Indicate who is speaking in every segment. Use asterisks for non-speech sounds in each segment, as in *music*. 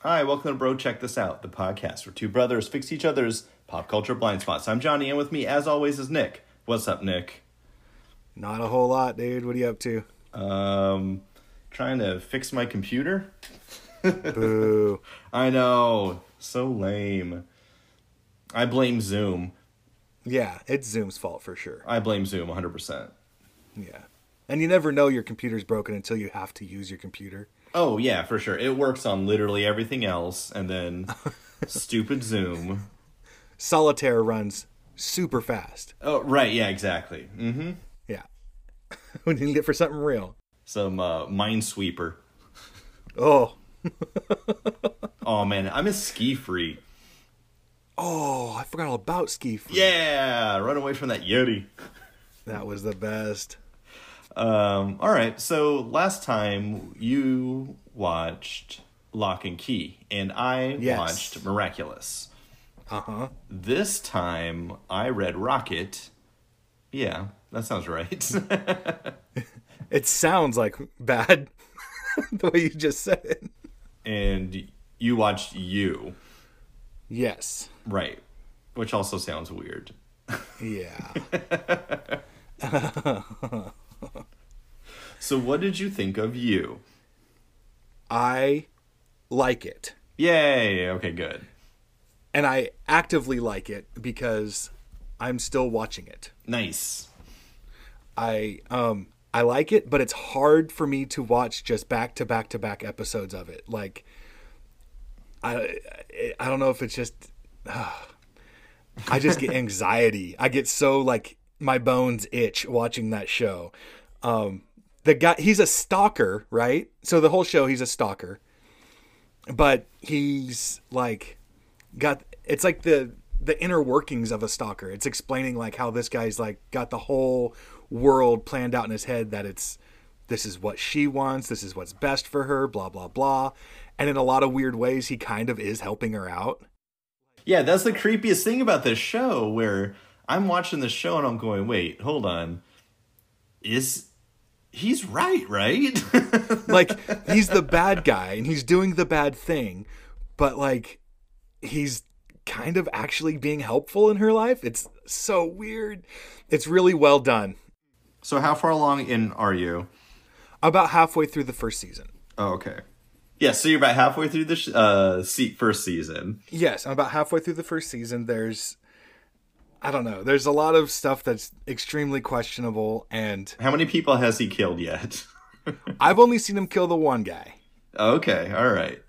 Speaker 1: Hi, welcome to Bro Check This Out, the podcast where two brothers fix each other's pop culture blind spots. I'm Johnny, and with me, as always, is Nick. What's up, Nick?
Speaker 2: Not a whole lot, dude. What are you up to?
Speaker 1: Um, trying to fix my computer.
Speaker 2: Boo.
Speaker 1: *laughs* I know, so lame. I blame Zoom.
Speaker 2: Yeah, it's Zoom's fault for sure.
Speaker 1: I blame Zoom 100%.
Speaker 2: Yeah. And you never know your computer's broken until you have to use your computer.
Speaker 1: Oh, yeah, for sure. It works on literally everything else, and then stupid Zoom.
Speaker 2: Solitaire runs super fast.
Speaker 1: Oh, right, yeah, exactly. hmm
Speaker 2: Yeah. *laughs* we need it for something real.
Speaker 1: Some uh, Minesweeper.
Speaker 2: Oh.
Speaker 1: Oh, man, I'm a ski free.
Speaker 2: Oh, I forgot all about Ski Free.
Speaker 1: Yeah, run away from that Yeti.
Speaker 2: That was the best.
Speaker 1: Um, all right, so last time you watched Lock and Key, and I
Speaker 2: Yes.
Speaker 1: watched Miraculous.
Speaker 2: Uh huh.
Speaker 1: This time I read Rocket. Yeah, that sounds right. *laughs*
Speaker 2: It sounds like *laughs* bad the way you just said it.
Speaker 1: and you watched You,
Speaker 2: Yes.
Speaker 1: right? Which also sounds weird.
Speaker 2: Yeah.
Speaker 1: So, what did you think of You?
Speaker 2: I like it.
Speaker 1: Yay! Okay, good.
Speaker 2: And I actively like it because I'm still watching it.
Speaker 1: Nice.
Speaker 2: I um I like it, but it's hard for me to watch just back to back to back episodes of it. Like I I don't know if it's just *sighs* I just get anxiety. I get so like my bones itch watching that show. Um the guy he's a stalker, right? So the whole show he's a stalker. But he's like got it's like the the inner workings of a stalker. It's explaining like how this guy's like got the whole world planned out in his head that it's this is what she wants, this is what's best for her, blah blah blah. And in a lot of weird ways he kind of is helping her out.
Speaker 1: Yeah, that's the creepiest thing about this show where I'm watching the show and I'm going, wait, hold on. Is he's right, right? *laughs*
Speaker 2: Like he's the bad guy and he's doing the bad thing, but like he's kind of actually being helpful in her life. It's so weird. It's really well done.
Speaker 1: so how far along in are you?
Speaker 2: About halfway through the first season.
Speaker 1: Oh, okay. Yeah, so you're about halfway through the sh- uh se- first season.
Speaker 2: Yes, I'm about halfway through the first season. There's, I don't know, there's a lot of stuff that's extremely questionable, and
Speaker 1: How many people has he killed yet?
Speaker 2: I've only seen him kill the one guy,
Speaker 1: *laughs* okay, all right.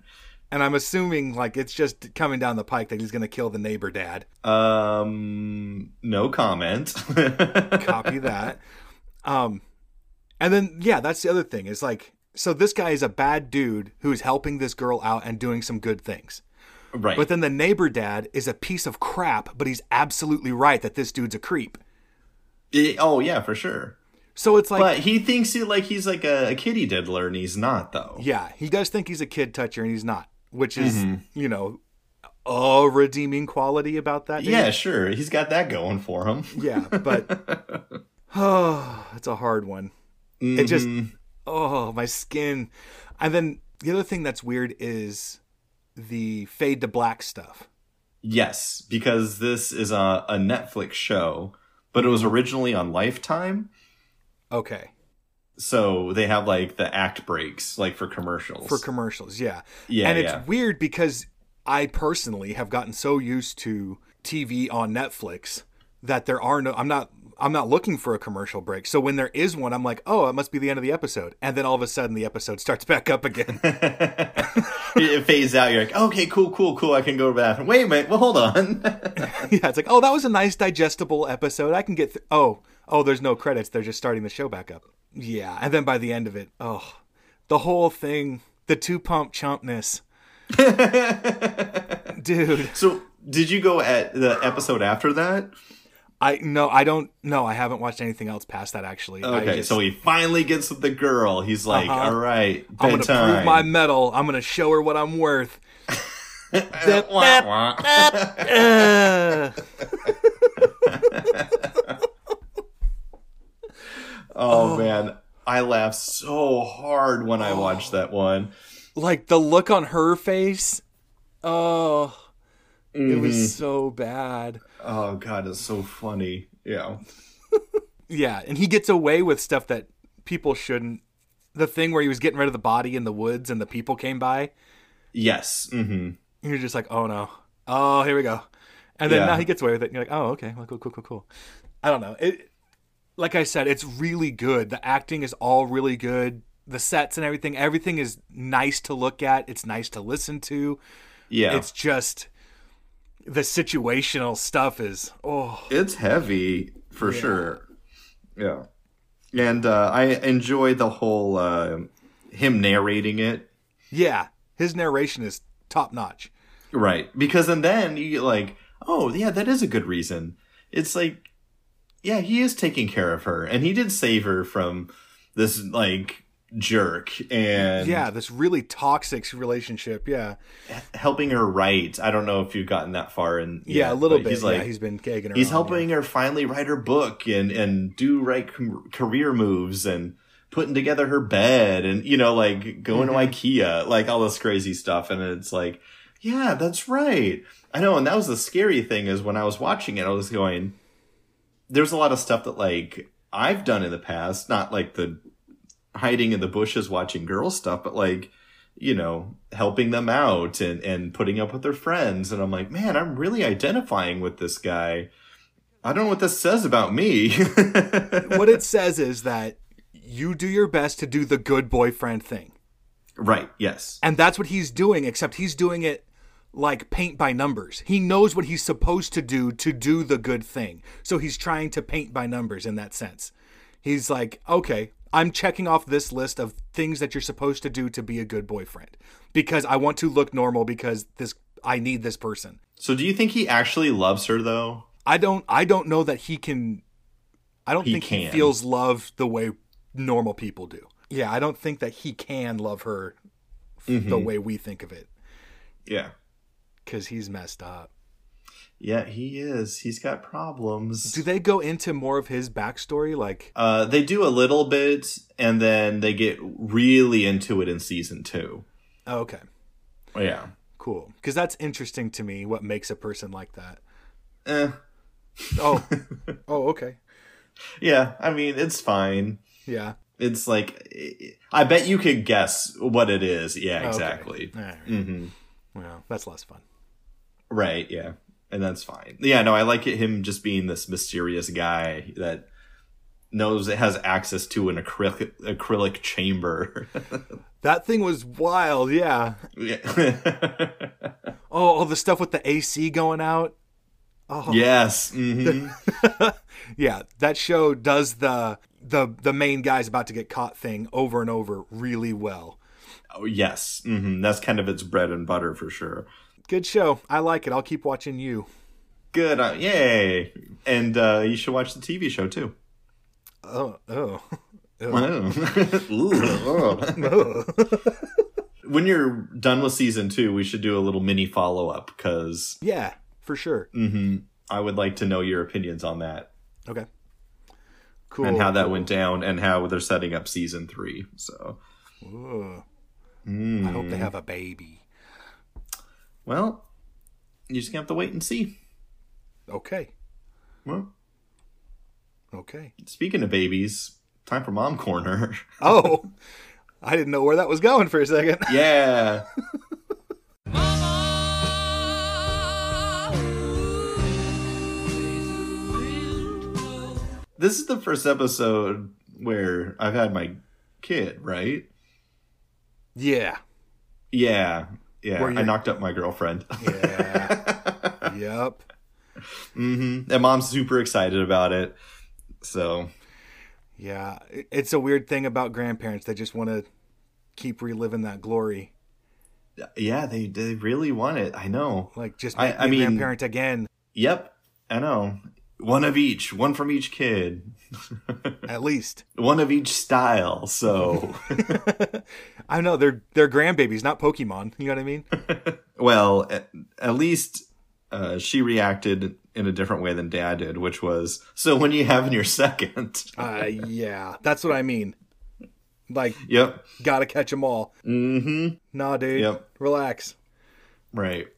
Speaker 2: and I'm assuming like it's just coming down the pike that he's gonna kill the neighbor dad.
Speaker 1: Um no comment. *laughs*
Speaker 2: Copy that. Um, and then yeah, that's the other thing is like, so this guy is a bad dude who's helping this girl out and doing some good things.
Speaker 1: right.
Speaker 2: But then the neighbor dad is a piece of crap, but he's absolutely right that this dude's a creep.
Speaker 1: Eh, oh yeah, for sure.
Speaker 2: So it's like
Speaker 1: But he thinks he like he's like a, a kitty diddler and he's not though.
Speaker 2: Yeah, he does think he's a kid toucher, and he's not, which is you know a redeeming quality about that. dude.
Speaker 1: Yeah, sure. He's got that going for him.
Speaker 2: yeah, but *sighs* oh, it's a hard one. It just oh my skin, and then the other thing that's weird is the fade to black stuff.
Speaker 1: Yes, because this is a, a Netflix show, but it was originally on Lifetime.
Speaker 2: Okay,
Speaker 1: So they have like the act breaks, like for commercials.
Speaker 2: for commercials, yeah,
Speaker 1: Yeah,
Speaker 2: and it's
Speaker 1: yeah.
Speaker 2: weird because I personally have gotten so used to TV on Netflix that there are no I'm not I'm not looking for a commercial break. So when there is one, I'm like, "Oh, it must be the end of the episode." And then all of a sudden the episode *laughs* starts back
Speaker 1: *laughs*
Speaker 2: up again.
Speaker 1: *laughs* it, it fades out. You're like, okay, cool, cool, cool. I can go to the bathroom. Wait a minute. Well, hold on. *laughs*
Speaker 2: yeah, it's like, "Oh, that was a nice digestible episode. I can get th- Oh, oh, there's no credits. They're just starting the show back up." Yeah, and then by the end of it, oh, the whole thing, the two
Speaker 1: *laughs*
Speaker 2: pump chumpness. Dude,
Speaker 1: so did you go at the episode after that?
Speaker 2: I no, I don't no, I haven't watched anything else past that actually. I
Speaker 1: Okay,
Speaker 2: just-
Speaker 1: so he finally gets with the girl. He's like, all right,
Speaker 2: I'm gonna
Speaker 1: bedtime.
Speaker 2: prove my metal. I'm gonna show her what I'm worth.
Speaker 1: Wah, wah.
Speaker 2: Uh,
Speaker 1: *laughs* oh, man, I laughed so hard when I watched that one.
Speaker 2: like the look on her face Oh, it
Speaker 1: Mm-hmm.
Speaker 2: was so bad.
Speaker 1: Oh god, it's so funny. Yeah.
Speaker 2: Yeah, and he gets away with stuff that people shouldn't. The thing where he was getting rid of the body in the woods and the people came by.
Speaker 1: Yes. Mm-hmm.
Speaker 2: And you're just like, oh no, oh here we go, and then
Speaker 1: Yeah.
Speaker 2: now he gets away with it. And you're like, oh okay, well, cool, cool, cool, cool. I don't know. It, like I said, it's really good. The acting is all really good. The sets and everything, everything is nice to look at. It's nice to listen to.
Speaker 1: Yeah.
Speaker 2: It's just the situational stuff is oh
Speaker 1: it's heavy for sure yeah and uh, i enjoy the whole uh, him narrating it
Speaker 2: yeah. His narration is top notch.
Speaker 1: right because and then you get like oh yeah that is a good reason it's like yeah he is taking care of her and he did save her from this like jerk and
Speaker 2: Yeah, this really toxic relationship. Yeah,
Speaker 1: helping her write i don't know if you've gotten that far in
Speaker 2: yeah,
Speaker 1: yet,
Speaker 2: a little
Speaker 1: but
Speaker 2: bit.
Speaker 1: he's like
Speaker 2: yeah, he's been gagging her.
Speaker 1: he's
Speaker 2: on,
Speaker 1: helping her finally write her book and and do right com- career moves and putting together her bed and you know like going to ikea like all this crazy stuff and it's like yeah that's right i know and that was the scary thing is when i was watching it i was going there's a lot of stuff that like i've done in the past not like the hiding in the bushes watching girl stuff but like you know helping them out and and putting up with their friends and i'm like man i'm really identifying with this guy i don't know what this says about me *laughs*
Speaker 2: yeah. what it says is that you do your best to do the good boyfriend thing.
Speaker 1: right yes
Speaker 2: And that's what he's doing, except he's doing it like paint by numbers. He knows what he's supposed to do to do the good thing. So he's trying to paint by numbers in that sense. He's like, okay, I'm checking off this list of things that you're supposed to do to be a good boyfriend because I want to look normal because this I need this person.
Speaker 1: so do you think he actually loves her though
Speaker 2: I don't I don't know that he can I don't
Speaker 1: He
Speaker 2: think he
Speaker 1: can.
Speaker 2: feels love the way normal people do. Yeah, I don't think that he can love her
Speaker 1: Mm-hmm.
Speaker 2: the way we think of it
Speaker 1: yeah
Speaker 2: cuz he's messed up.
Speaker 1: yeah he is he's got problems
Speaker 2: Do they go into more of his backstory like
Speaker 1: uh, they do a little bit and then they get really into it in season two
Speaker 2: oh, okay,
Speaker 1: yeah
Speaker 2: cool cuz that's interesting to me what makes a person like that.
Speaker 1: eh. *laughs*
Speaker 2: Oh. oh, okay.
Speaker 1: yeah i mean it's fine
Speaker 2: Yeah.
Speaker 1: it's like i bet you could guess what it is yeah
Speaker 2: Okay.
Speaker 1: exactly
Speaker 2: All right.
Speaker 1: Mm-hmm.
Speaker 2: Well, that's less fun.
Speaker 1: right yeah and that's fine yeah no i like it him just being this mysterious guy that knows it has access to an acrylic acrylic chamber *laughs*
Speaker 2: That thing was wild, yeah.
Speaker 1: Yeah.
Speaker 2: Oh, all the stuff with the AC going out.
Speaker 1: yes mhm.
Speaker 2: Yeah, that show does the the the main guy's about to get caught thing over and over really well.
Speaker 1: oh, yes hmm that's kind of its bread and butter for sure
Speaker 2: Good show. I like it. I'll keep watching you.
Speaker 1: good uh, yay and uh, you should watch the tv show too
Speaker 2: Oh, oh. *laughs*
Speaker 1: Oh. Ooh, oh. *laughs* when you're done with season two, we should do a little mini follow up because
Speaker 2: Yeah, for sure.
Speaker 1: I would like to know your opinions on that
Speaker 2: Okay. Cool.
Speaker 1: and how that went down and how they're setting up season three. So,
Speaker 2: Ugh. I hope
Speaker 1: Mm.
Speaker 2: they have a baby.
Speaker 1: well, you just gonna have to wait and see.
Speaker 2: Okay.
Speaker 1: Well,
Speaker 2: Okay.
Speaker 1: speaking of babies, time for mom corner.
Speaker 2: *laughs* Oh. I didn't know where that was going for a second. *laughs*
Speaker 1: yeah. This is the first episode where I've had my kid, right?
Speaker 2: Yeah.
Speaker 1: Yeah. Yeah.
Speaker 2: Where
Speaker 1: I
Speaker 2: you're-
Speaker 1: knocked up my girlfriend.
Speaker 2: Yeah.
Speaker 1: *laughs*
Speaker 2: yep.
Speaker 1: hmm And mom's super excited about it. So,
Speaker 2: Yeah. It- It's a weird thing about grandparents. They just want to keep reliving that glory.
Speaker 1: yeah, they, they really want it. I know.
Speaker 2: Like just
Speaker 1: I-
Speaker 2: make
Speaker 1: I
Speaker 2: me a
Speaker 1: mean-
Speaker 2: grandparent again,
Speaker 1: Yep. I know. One of each, one from each kid,
Speaker 2: at least. *laughs*
Speaker 1: one of each style. So,
Speaker 2: I know they're they're grandbabies, not Pokemon. You know what
Speaker 1: *laughs*
Speaker 2: I mean?
Speaker 1: well, at, at least uh, she reacted in a different way than dad did, which was so when you having your second? *laughs*
Speaker 2: uh, yeah, that's what I mean. Like,
Speaker 1: yep.
Speaker 2: gotta catch them all.
Speaker 1: Mm hmm.
Speaker 2: Nah, dude.
Speaker 1: Yep.
Speaker 2: Relax.
Speaker 1: Right.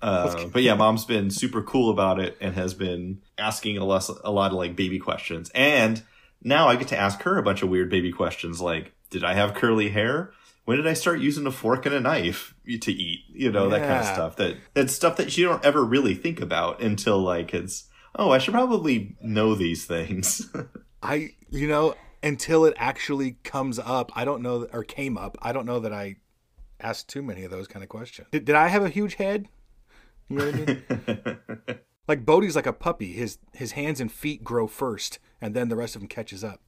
Speaker 1: Uh, but yeah, mom's been super cool about it and has been asking a lot, a lot of like baby questions. And now I get to ask her a bunch of weird baby questions like, did I have curly hair? When did I start using a fork and a knife to eat? You know, that kind of
Speaker 2: Yeah.
Speaker 1: stuff. That that's stuff that you don't ever really think about until like it's oh, I should probably know these things. *laughs*
Speaker 2: I, you know, until it actually comes up, I don't know, or came up, I don't know that I asked too many of those kind of questions. Did, did I have a huge head? You know what I
Speaker 1: *laughs*
Speaker 2: mean? like Bodhi's like a puppy. His his hands and feet grow first, and then the rest of him catches up.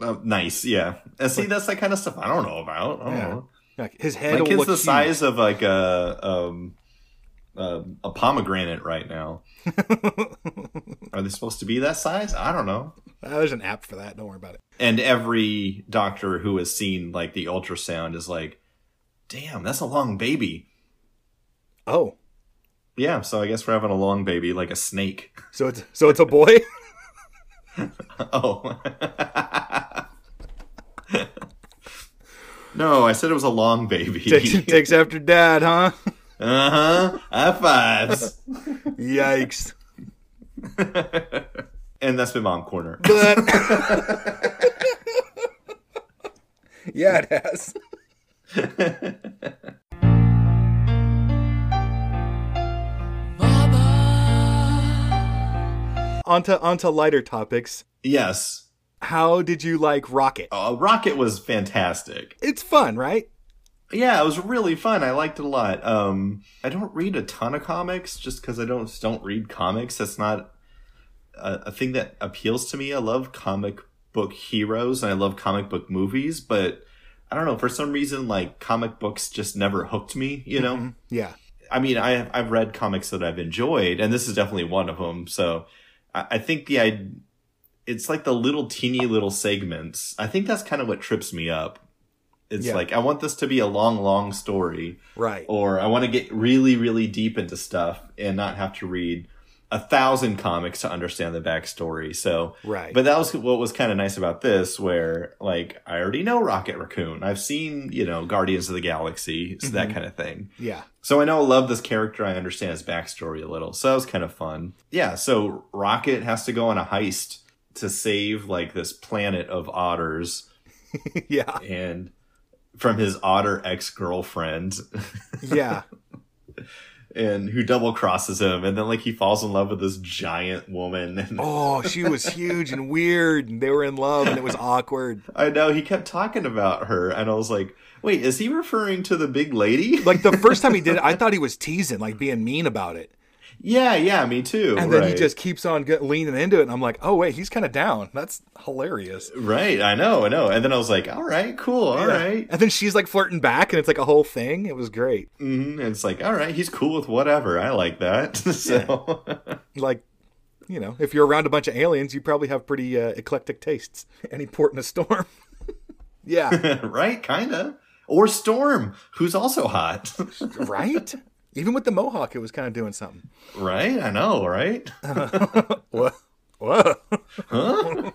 Speaker 1: Uh, nice, yeah. And see, that's that kind of stuff I don't know about. I don't
Speaker 2: Yeah.
Speaker 1: know.
Speaker 2: Like his head
Speaker 1: My
Speaker 2: will
Speaker 1: kid's
Speaker 2: look
Speaker 1: the
Speaker 2: huge.
Speaker 1: size of like a um, uh, a pomegranate right now. Are they supposed to be that size? I don't know.
Speaker 2: Ah, there's an app for that. Don't worry about it.
Speaker 1: And every doctor who has seen like the ultrasound is like, "Damn, that's a long baby."
Speaker 2: Oh,
Speaker 1: Yeah, so I guess we're having a long baby, like a snake. *laughs*
Speaker 2: so it's so it's a *laughs* boy.
Speaker 1: Oh. *laughs* no, I said it was a long
Speaker 2: takes,
Speaker 1: baby. *laughs*
Speaker 2: takes after dad, huh?
Speaker 1: uh huh. High fives.
Speaker 2: Yikes.
Speaker 1: And that's been Mom Corner.
Speaker 2: But *laughs* yeah, it has. onto onto lighter topics.
Speaker 1: Yes.
Speaker 2: How did you like Rocket?
Speaker 1: Uh, Rocket was fantastic.
Speaker 2: It's fun, right?
Speaker 1: Yeah, it was really fun. I liked it a lot. Um, I don't read a ton of comics just because I don't don't read comics. That's not a, a thing that appeals to me. I love comic book heroes and I love comic book movies, but I don't know for some reason like comic books just never hooked me. You know,
Speaker 2: Yeah.
Speaker 1: I mean, I have, I've read comics that I've enjoyed, and this is definitely one of them. So I, I think the I, it's like the little teeny little segments. I think that's kind of what trips me up. It's
Speaker 2: Yeah.
Speaker 1: like I want this to be a long, long story,
Speaker 2: Right.
Speaker 1: or I want to get really, really deep into stuff and not have to read a thousand comics to understand the backstory. So
Speaker 2: Right.
Speaker 1: but that was what was kind of nice about this, where like I already know Rocket Raccoon. I've seen you know Guardians of the Galaxy, so
Speaker 2: Mm-hmm.
Speaker 1: that kind of thing.
Speaker 2: yeah. *laughs*
Speaker 1: So I know I love this character. I understand his backstory a little. So that was kind of fun. Yeah. So Rocket has to go on a heist to save like this planet of otters
Speaker 2: yeah.
Speaker 1: and from his otter ex girlfriend
Speaker 2: Yeah.
Speaker 1: *laughs* and who double crosses him. And then like he falls in love with this giant woman. *laughs* And
Speaker 2: Oh, she was huge and weird and they were in love and it was awkward.
Speaker 1: I know he kept talking about her. And I was like, wait, is he referring to the big lady?
Speaker 2: Like the first time he did it, I thought he was teasing, like being mean about it.
Speaker 1: yeah. Yeah. Me too.
Speaker 2: And then he
Speaker 1: right.
Speaker 2: just keeps on get, leaning into it and I'm like, "Oh wait, he's kind of down." That's hilarious.
Speaker 1: Right. I know. I know. And then I was like, all right, cool. all right."
Speaker 2: And then she's like flirting back and it's like a whole thing. It was great.
Speaker 1: hmm And it's like, all right, he's cool with whatever. I like that. *laughs* so,
Speaker 2: like you know if you're around a bunch of aliens you probably have pretty uh, eclectic tastes *laughs* any port in a storm *laughs* yeah
Speaker 1: *laughs* right, kind of. Or Storm, who's also hot. *laughs*
Speaker 2: right even with the mohawk it was kind of doing something
Speaker 1: right? I know, right?
Speaker 2: Whoa. Whoa. *laughs*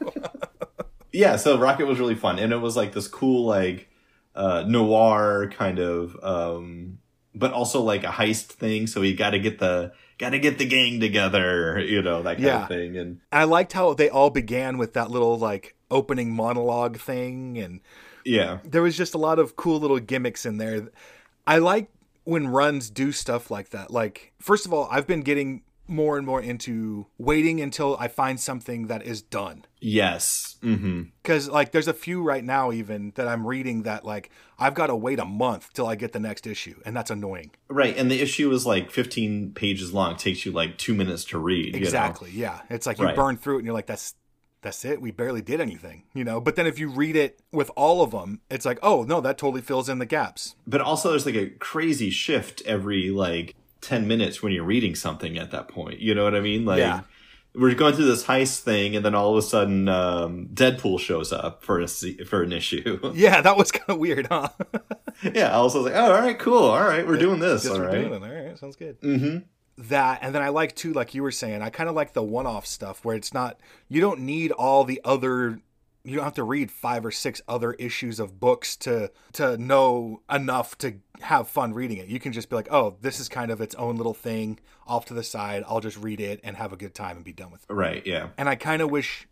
Speaker 1: yeah, so Rocket was really fun. And it was like this cool, like, uh, noir kind of, um, but also like a heist thing. So we got to get the, got to get the gang together, you know, that kind
Speaker 2: Yeah.
Speaker 1: of thing. And
Speaker 2: *laughs* i liked how they all began with that little like opening monologue thing and
Speaker 1: yeah.
Speaker 2: there was just a lot of cool little gimmicks in there. I like when runs do stuff like that. Like, first of all, I've been getting more and more into waiting until I find something that is done.
Speaker 1: Yes. hmm
Speaker 2: Cause like there's a few right now even that I'm reading that like I've got to wait a month till I get the next issue, and that's annoying.
Speaker 1: Right. And the issue is like 15 pages long, takes you like two minutes to read. You know?
Speaker 2: Exactly. Yeah. It's like you
Speaker 1: Right.
Speaker 2: burn through it and you're like, that's that's it. We barely did anything, you know. But then if you read it with all of them, it's like, oh no, that totally fills in the gaps.
Speaker 1: but also there's like a crazy shift every like 10 minutes when you're reading something at that point you know what i mean like
Speaker 2: Yeah.
Speaker 1: we're going through this heist thing and then all of a sudden um, deadpool shows up for a se- for an issue *laughs*
Speaker 2: Yeah, that was kind of weird, huh?
Speaker 1: yeah i was like oh, all right cool all right we're doing
Speaker 2: *laughs*
Speaker 1: this all
Speaker 2: Just
Speaker 1: right
Speaker 2: doing it. All right, sounds good.
Speaker 1: mm-hmm.
Speaker 2: That and then I like too, like you were saying, I kind of like the one-off stuff where it's not you don't need all the other you don't have to read five or six other issues of books to to know enough to have fun reading it. You can just be like, "Oh, this is kind of its own little thing off to the side. I'll just read it and have a good time and be done with it."
Speaker 1: Right. Yeah.
Speaker 2: And I kind of wish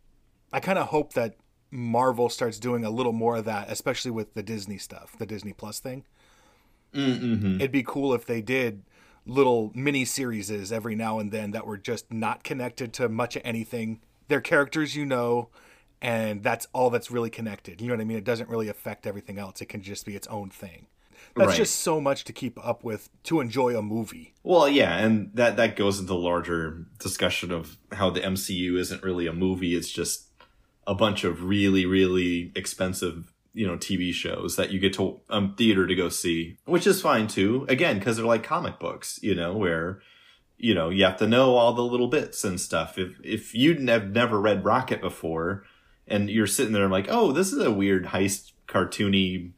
Speaker 2: I kind of hope that Marvel starts doing a little more of that, especially with the Disney stuff, the Disney Plus thing.
Speaker 1: Mm-hmm.
Speaker 2: It'd be cool if they did little mini series every now and then that were just not connected to much of anything. They're characters you know, and that's all that's really connected. You know what I mean? It doesn't really affect everything else. It can just be its own thing. That's
Speaker 1: Right.
Speaker 2: just so much to keep up with to enjoy a movie.
Speaker 1: Well, yeah, and that that goes into the larger discussion of how the MCU isn't really a movie; it's just a bunch of really, really expensive, you know, TV shows that you get to um, theater to go see, which is fine too. Again, because they're like comic books, you know, where you know you have to know all the little bits and stuff. If if you'd nev- never read Rocket before, and you're sitting there like, oh, this is a weird heist cartoony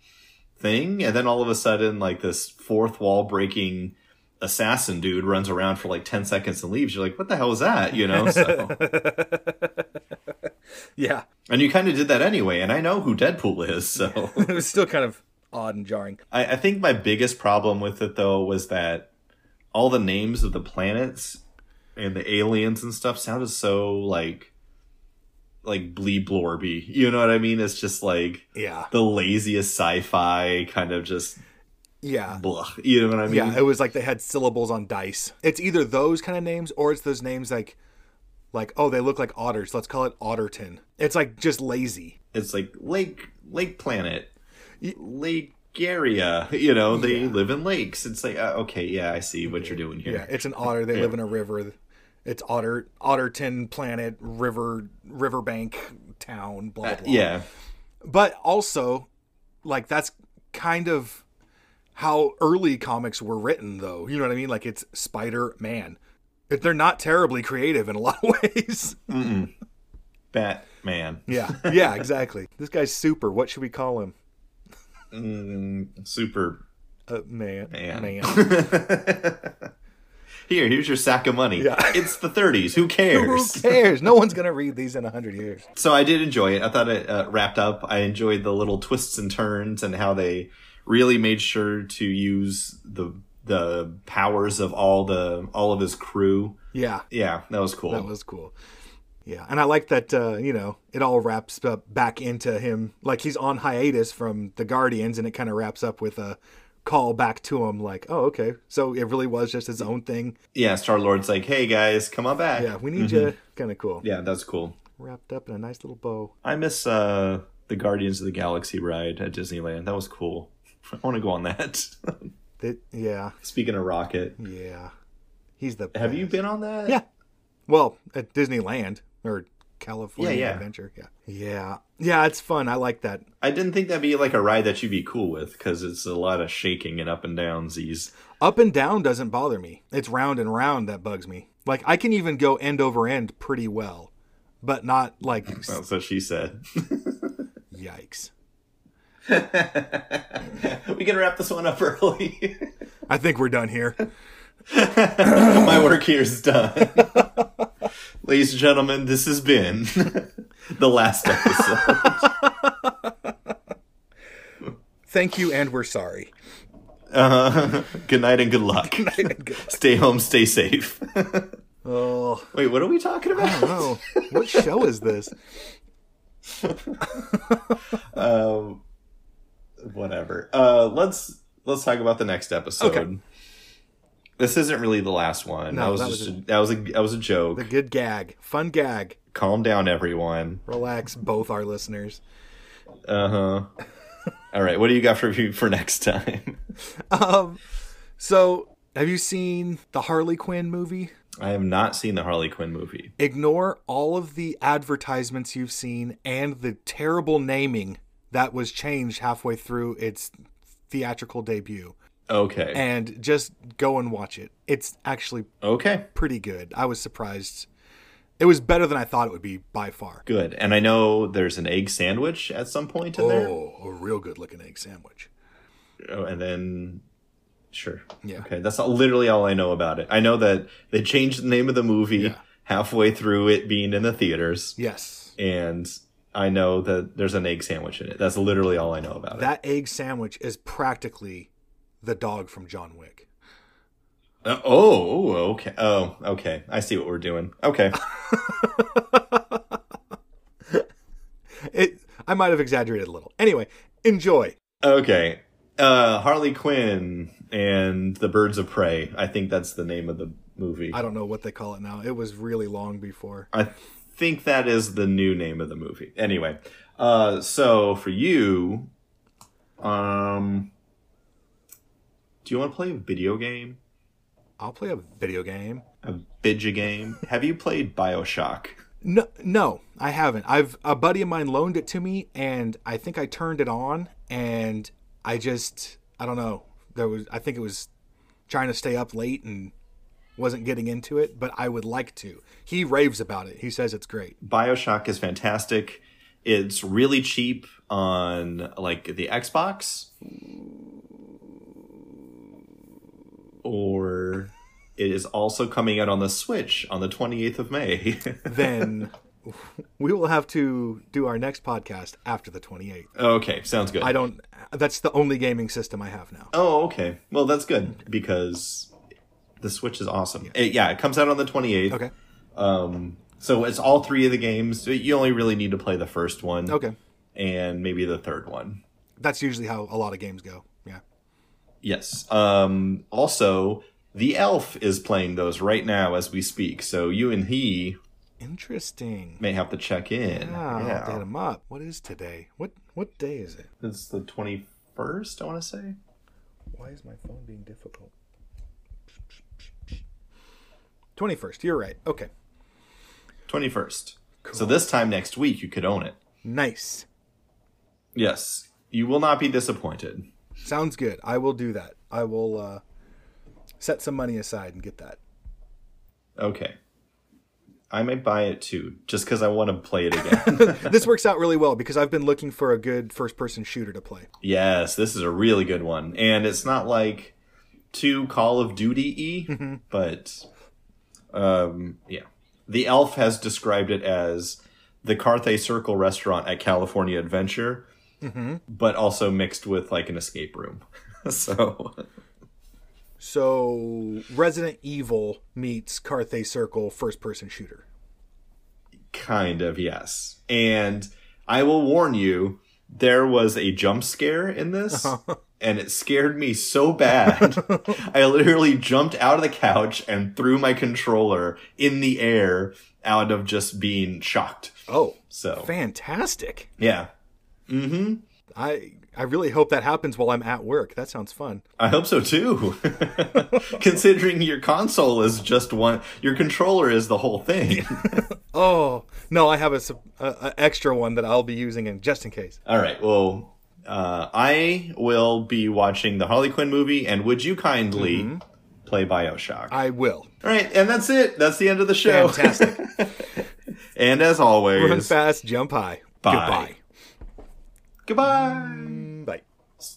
Speaker 1: thing, and then all of a sudden, like this fourth wall breaking assassin dude runs around for like 10 seconds and leaves you're like what the hell is that you know
Speaker 2: *laughs*
Speaker 1: so
Speaker 2: Yeah.
Speaker 1: and you kind of did that anyway and i know who deadpool is
Speaker 2: *laughs*
Speaker 1: so
Speaker 2: it was still kind of odd and jarring.
Speaker 1: I, I think my biggest problem with it though was that all the names of the planets and the aliens and stuff sounded so like like blee blorby you know what i mean it's just like
Speaker 2: Yeah.
Speaker 1: the laziest sci-fi kind of just
Speaker 2: Yeah.
Speaker 1: blah you know what i mean
Speaker 2: Yeah, it was like they had syllables on dice. It's either those kind of names or it's those names like like oh they look like otters. Let's call it Otterton. It's like just lazy.
Speaker 1: it's like lake lake planet lake area you know they live in lakes it's like uh, okay yeah i see what you're doing here
Speaker 2: Yeah, it's an otter. They live in a river. It's otter Otterton planet river riverbank town blah blah.
Speaker 1: yeah
Speaker 2: But also like that's kind of how early comics were written though. You know what I mean? Like it's Spider-Man. They're not terribly creative in a *laughs* lot of ways.
Speaker 1: batman
Speaker 2: Yeah, yeah, exactly. this guy's super. What should we call him?
Speaker 1: mm, super
Speaker 2: Uh, man,
Speaker 1: Man.
Speaker 2: man.
Speaker 1: *laughs* here here's your sack of money
Speaker 2: Yeah. *laughs*
Speaker 1: it's the 30s who
Speaker 2: Who
Speaker 1: cares
Speaker 2: cares? No one's gonna read these in a hundred years.
Speaker 1: so i did enjoy it i thought it uh, wrapped up i enjoyed the little twists and turns and how they really made sure to use the the powers of all the all of his crew
Speaker 2: Yeah,
Speaker 1: yeah that was cool
Speaker 2: that was cool. Yeah, and I like that. Uh, you know, it all wraps up back into him. Like he's on hiatus from the Guardians, and it kind of wraps up with a call back to him. Like, oh, okay, so it really was just his own thing.
Speaker 1: yeah star lord's like hey guys come on back
Speaker 2: Yeah, we need you.
Speaker 1: Mm-hmm.
Speaker 2: Kind of cool.
Speaker 1: Yeah, that's cool.
Speaker 2: Wrapped up in a nice little bow.
Speaker 1: I miss uh, the Guardians of the Galaxy ride at Disneyland. That was cool. *laughs* I want to go on that.
Speaker 2: That, yeah,
Speaker 1: Speaking of Rocket,
Speaker 2: yeah. He's the.
Speaker 1: have
Speaker 2: best.
Speaker 1: you been on that?
Speaker 2: Yeah. Well, at Disneyland or California
Speaker 1: Yeah, yeah.
Speaker 2: Adventure. Yeah. Yeah. Yeah, it's fun. I like that.
Speaker 1: I didn't think that'd be like a ride that you'd be cool with because it's a lot of shaking and up and downsies.
Speaker 2: Up and down doesn't bother me. It's round and round that bugs me. Like I can even go end over end pretty well, but not like s-
Speaker 1: That's what she said. *laughs*
Speaker 2: yikes.
Speaker 1: we can wrap this one up early. *laughs*
Speaker 2: I think we're done here.
Speaker 1: My work here is done. *laughs* Ladies and gentlemen, this has been *laughs* the last episode.
Speaker 2: *laughs*
Speaker 1: *laughs*
Speaker 2: Thank you and we're sorry. *laughs*
Speaker 1: Uh, good night and good luck. Stay home, stay safe. *laughs*
Speaker 2: Oh,
Speaker 1: Wait, what are we talking
Speaker 2: I
Speaker 1: about?
Speaker 2: don't know. What show is this?
Speaker 1: Um, whatever. Uh, let's let's talk about the next episode.
Speaker 2: Okay.
Speaker 1: This isn't really the last one.
Speaker 2: No,
Speaker 1: that was
Speaker 2: that
Speaker 1: just
Speaker 2: was
Speaker 1: a, that was a that was a joke.
Speaker 2: A good gag. Fun gag.
Speaker 1: Calm down, everyone.
Speaker 2: Relax both our listeners.
Speaker 1: Uh
Speaker 2: *laughs*
Speaker 1: huh. All right, what do you got for for next time? *laughs*
Speaker 2: Um so have you seen the Harley Quinn movie?
Speaker 1: I have not seen the Harley Quinn movie.
Speaker 2: ignore all of the advertisements you've seen and the terrible naming that was changed halfway through its theatrical debut
Speaker 1: Okay.
Speaker 2: and just go and watch it. It's actually
Speaker 1: okay.
Speaker 2: pretty good. I was surprised. It was better than I thought it would be by far.
Speaker 1: Good. And I know there's an egg sandwich at some point in there.
Speaker 2: Oh, a real good looking egg sandwich.
Speaker 1: Oh, and then sure.
Speaker 2: Yeah.
Speaker 1: Okay, that's all, literally all I know about it. I know that they changed the name of the movie halfway through it being in the theaters,
Speaker 2: Yes.
Speaker 1: and I know that there's an egg sandwich in it. That's literally all I know about
Speaker 2: That egg sandwich is practically the dog from John Wick.
Speaker 1: it. Uh, oh, oh, okay. Oh, okay. I see what we're doing.
Speaker 2: *laughs*
Speaker 1: Okay.
Speaker 2: It I might have exaggerated a little. Anyway, enjoy.
Speaker 1: Okay. Uh, Harley Quinn and the Birds of Prey. I think that's the name of the movie.
Speaker 2: I don't know what they call it now. It was really long before.
Speaker 1: I think that is the new name of the movie. Anyway, uh, so for you, um, do you want to play a video game?
Speaker 2: I'll play a video game.
Speaker 1: A bidja game? Have you played Bioshock?
Speaker 2: No, no, I haven't. I've a buddy of mine loaned it to me, and I think I turned it on, and I just I don't know. There was I think it was trying to stay up late and wasn't getting into it, but I would like to. He raves about it. He says it's great.
Speaker 1: Bioshock is fantastic. It's really cheap on like the Xbox or it is also coming out on the Switch on the 28th of May. *laughs*
Speaker 2: Then *laughs* we will have to do our next podcast after the 28th.
Speaker 1: okay, sounds good.
Speaker 2: I don't that's the only gaming system I have now.
Speaker 1: Oh, okay. Well, that's good because the Switch is awesome. It- yeah, it comes out on the 28th.
Speaker 2: Okay.
Speaker 1: Um, so it's all three of the games. You only really need to play the first one.
Speaker 2: Okay.
Speaker 1: And maybe the third one.
Speaker 2: That's usually how a lot of games go. Yeah.
Speaker 1: Yes. Um, also, the elf is playing those right now as we speak. So you and he
Speaker 2: Interesting.
Speaker 1: may have to check in.
Speaker 2: Wow, did him up. What is today? What what day is it?
Speaker 1: It's the 21st, I want to say.
Speaker 2: Why is my phone being difficult? 21st, you're right. Okay.
Speaker 1: 21st. So this time next week, you could own it.
Speaker 2: Nice.
Speaker 1: Yes. You will not be disappointed.
Speaker 2: Sounds good. I will do that. I will uh, set some money aside and get *laughs* that.
Speaker 1: Okay. I may buy it too, just because I want to play it *laughs* again.
Speaker 2: this works out really well because I've been looking for a good first person shooter to play.
Speaker 1: yes, this is a really good one. And it's not like too Call of Duty y, but um, yeah. The elf has described it as the Carthay Circle restaurant at California Adventure, but also mixed with like an escape room. *laughs* so,
Speaker 2: So, Resident Evil meets Carthay Circle first person shooter.
Speaker 1: kind of, yes. And I will warn you, there was a jump scare in this. And it scared me so bad. I literally jumped out of the couch and threw my controller in the air out of just being shocked.
Speaker 2: Oh,
Speaker 1: So,
Speaker 2: fantastic.
Speaker 1: yeah.
Speaker 2: I I really hope that happens while I'm at work. That sounds fun.
Speaker 1: I hope so too. *laughs* Considering your console is just one, your controller is the whole thing.
Speaker 2: Oh no, I have a, sup- a, a extra one that I'll be using in just in case.
Speaker 1: All right. Well, uh, I will be watching the Harley Quinn movie, and would you kindly play Bioshock?
Speaker 2: I will.
Speaker 1: All right, and that's it. That's the end of the show.
Speaker 2: Fantastic.
Speaker 1: *laughs* and as
Speaker 2: Run
Speaker 1: always,
Speaker 2: fast, jump high.
Speaker 1: Bye. goodbye.
Speaker 2: Goodbye. Bye.